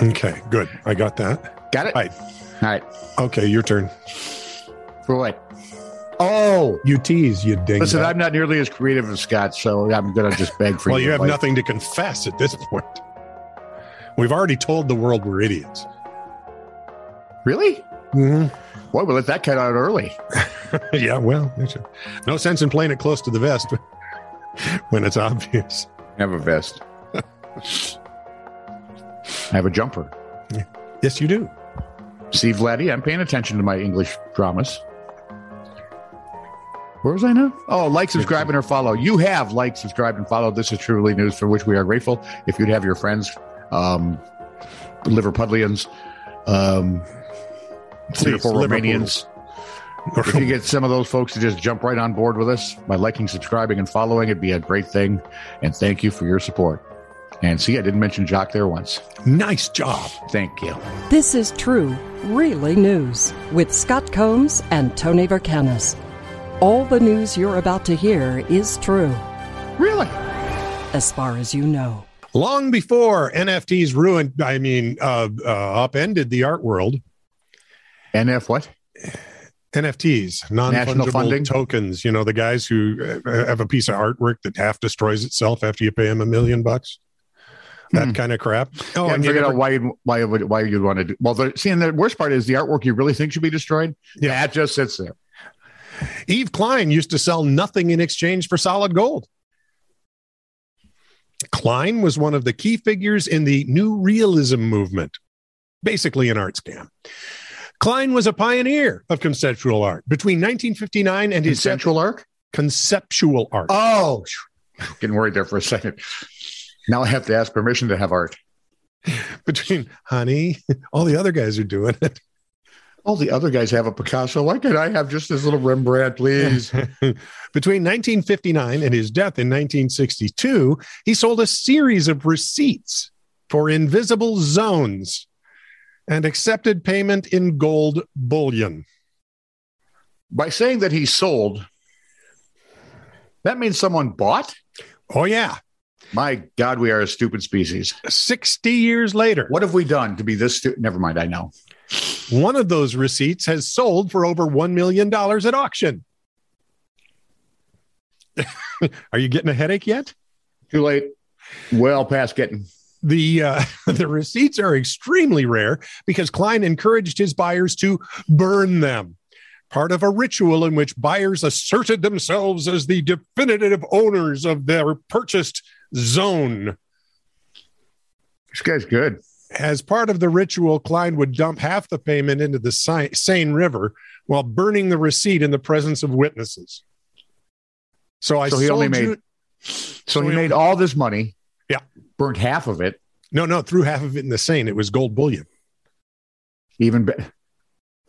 Okay, good. I got that. Got it? All right. All right. Okay, your turn. For what? Oh, You tease, you ding. listen, I'm not nearly as creative as Scott, so I'm going to just beg for well, you have like- nothing to confess at this point. We've already told the world we're idiots. Really? hmm Boy, we let that cut out early. yeah, well, that's it. no sense in playing it close to the vest when it's obvious. I have a vest. I have a jumper. Yes, you do. See, Vladdy, I'm paying attention to my English dramas. Where was I now? Oh, like, subscribe, and or follow. You have like, subscribe, and follow. This is truly news for which we are grateful. If you'd have your friends, um, Liverpudlians, um, three or Please, four Liverpool. Romanians, if you get some of those folks to just jump right on board with us by liking, subscribing, and following, it'd be a great thing. And thank you for your support. And see, I didn't mention Jock there once. nice job. Thank you. This is true, really news with Scott Combs and Tony Vercanis. All the news you're about to hear is true, Really? as far as you know. Long before NFTs ruined, I mean, uh, uh, upended the art world, NF what? NFTs, non National funding? fungible tokens, you know, the guys who uh, have a piece of artwork that half destroys itself after you pay them a million bucks, that Hmm. kind of crap. Oh, and yeah, and you figure out never- why you'd, why you would, why you'd want to do. Well, the, see, and the worst part is the artwork you really think should be destroyed. Yeah. Yeah, that just sits there. Eve Klein used to sell nothing in exchange for solid gold. Klein was one of the key figures in the New Realism movement, basically an art scam. Klein was a pioneer of conceptual art between 1959 and his Central arc. conceptual art. Oh, getting worried there for a second. Now I have to ask permission to have art. between honey all the other guys are doing it All the other guys have a Picasso. Why can't I have just this little Rembrandt, please? between 1959 and his death in 1962 he sold a series of receipts for invisible zones and accepted payment in gold bullion By saying that he sold, that means someone bought. oh yeah My God, we are a stupid species. 60 years later What have we done to be this stupid? Never mind. I know. one of those receipts has sold for over $1 million at auction are you getting a headache yet Too late. Well past getting. the uh, the receipts are extremely rare because Klein encouraged his buyers to burn them. Part of a ritual in which buyers asserted themselves as the definitive owners of their purchased zone. This guy's good. As part of the ritual, Klein would dump half the payment into the Si- Seine River while burning the receipt in the presence of witnesses. So I So he only sold made- you- So So he he- made all this money. Yeah. Burnt half of it. no, no, threw half of it in the Seine. It was gold bullion. Even be-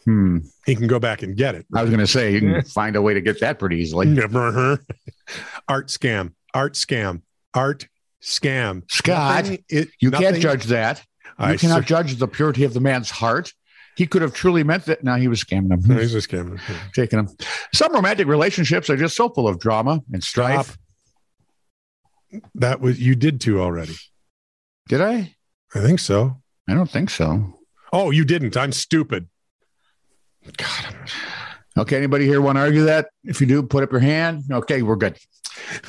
hmm. He can go back and get it. I was going to say you can find a way to get that pretty easily. Never. art scam. Art scam. Art scam. Scott, Nothing i- You nothing- can't judge that. You I cannot cer- judge the purity of the man's heart. He could have truly meant that. Now he was scamming No, him, he's a scammer. taking him. Some romantic relationships are just so full of drama and strife. Stop. That was you did two already. Did I? I think so. I don't think so. Oh, you didn't. I'm stupid. God. I'm- Okay. Anybody here want to argue that? If you do, put up your hand. Okay, we're good.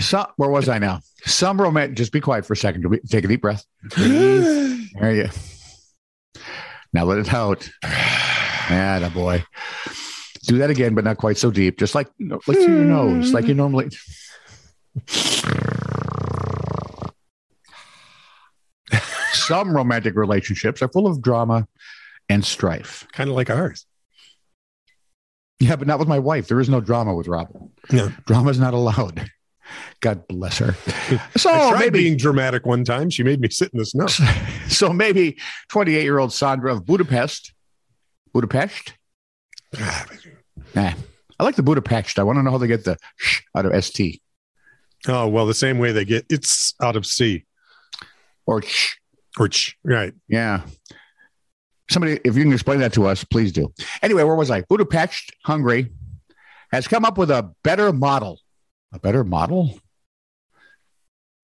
So, where was I now? Some romantic. Just be quiet for a second. Take a deep breath. There you. Now let it out. Ah, boy. Do that again, but not quite so deep. Just like you know, like through your nose, like you normally. Some romantic relationships are full of drama and strife. kind of like ours. Yeah, but not with my wife. There is no drama with Robin. No. drama's not allowed. God bless her. I So tried Oh, maybe being dramatic one time. She made me sit in the snow. so maybe 28 year old Sandra of Budapest. Budapest? Nah. I like the Budapest. I want to know how they get the sh out of ST oh well, the same way they get it's out of sea or sh. or ch- right. Yeah. Somebody, if you can explain that to us, please do. Anyway, where was I? Budapest, Hungary, has come up with a better model. A better model?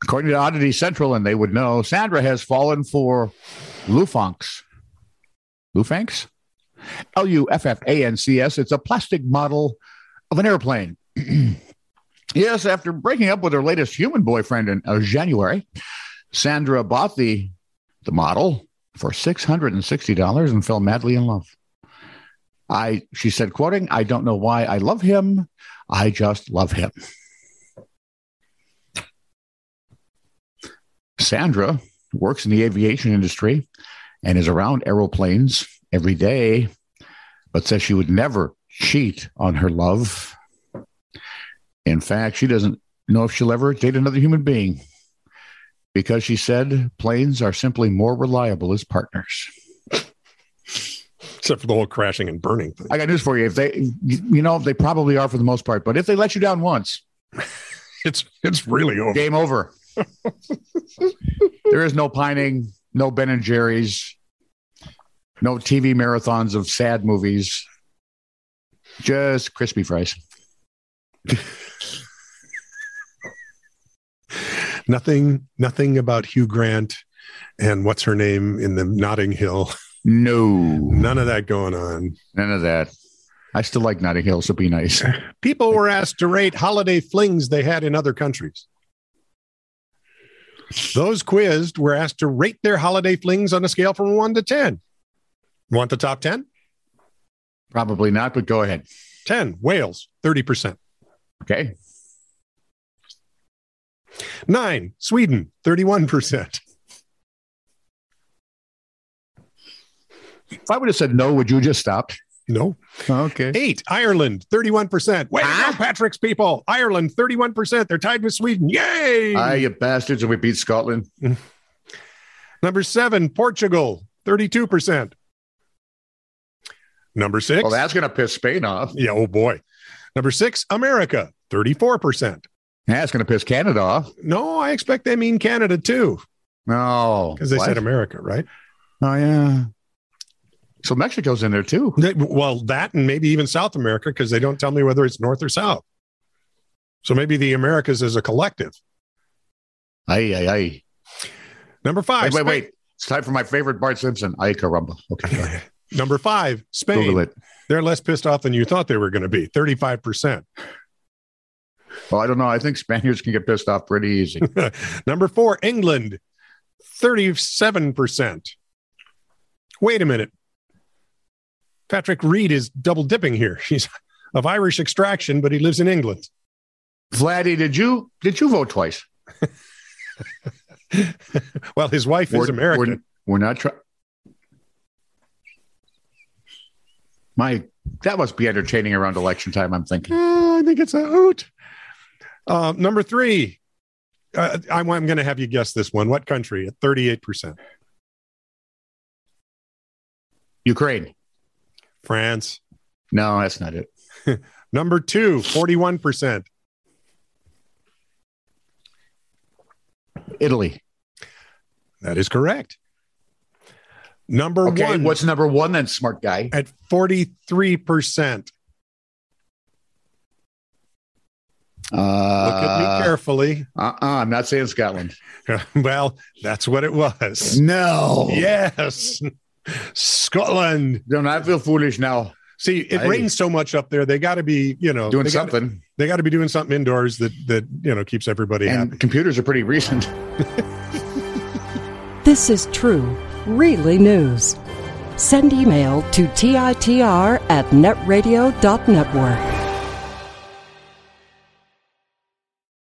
According to Oddity Central, and they would know, Sandra has fallen for Lufanks. Lufanks? L U F F A N C S. It's a plastic model of an airplane. yes, after breaking up with her latest human boyfriend in uh, January, Sandra bought the, the model for $660 and fell madly in love. I, she said, quoting, I don't know why I love him. I just love him. Sandra works in the aviation industry and is around aeroplanes every day, but says she would never cheat on her love. In fact, she doesn't know if she'll ever date another human being because she said planes are simply more reliable as partners. except for the whole crashing and burning thing. I got news for you. If they, you know, they probably are for the most part, but if they let you down once, It's it's really over. game over. there is no pining, no Ben and Jerry's, no TV marathons of sad movies, just crispy fries. Nothing nothing about Hugh Grant and what's her name in the Notting Hill. No, None of that going on. none of that. I still like Notting Hill, so be nice. People were asked to rate holiday flings they had in other countries. Those quizzed were asked to rate their holiday flings on a scale from 1 to 10. Want the top 10? Probably not, but go ahead. 10, Wales, 30%. Okay. 9, Sweden, 31%. If I would have said no, would you just stop? No. Okay. Eight, Ireland, 31%. Way to Huh? go, Patrick's people. Ireland, 31%. They're tied with Sweden. Yay. Ah, you bastards, and we beat Scotland. Number seven, Portugal, 32%. Number six. Well, that's going to piss Spain off. yeah, oh boy. Number six, America, 34%. That's going to piss Canada off. No, I expect they mean Canada too, No. because they What? said America, right? Oh, yeah. So Mexico's in there too. They- well, that and maybe even South America, because they don't tell me whether it's North or South. So maybe the Americas is a collective. Ay, ay, ay. Number five. Wait, wait, Spain- wait. It's time for my favorite Bart Simpson. Ay, caramba. Okay. go ahead. Number five, Spain. Google it. They're less pissed off than you thought they were going to be. Thirty-five percent. Well, I don't know. I think Spaniards can get pissed off pretty easy. Number four, England, thirty-seven percent. Wait a minute. Patrick Reed is double dipping here. He's of Irish extraction, but he lives in England. Vladdy, did you did you vote twice? Well, his wife is We're, American. we're not trying. My that must be entertaining around election time. I'm thinking. Uh, I think it's a hoot. Uh, number three. Uh, I'm, I'm going to have you guess this one. What country? At 38%. Ukraine. France. No, that's not it. Number two, 41%. Italy. That is correct. Number Okay, one what's number one then, smart guy? at 43%. Look at me Uh, carefully. uh-uh, I'm not saying Scotland. well, that's what it was. No. Yes. Scotland. Don't I feel foolish now See, it Hey. rains so much up there. They got to be, you know, doing they gotta- something? they got to be doing something indoors that that you know keeps everybody and happy. computers are pretty recent. This is true, really news. Send email to TITR at netradio.network.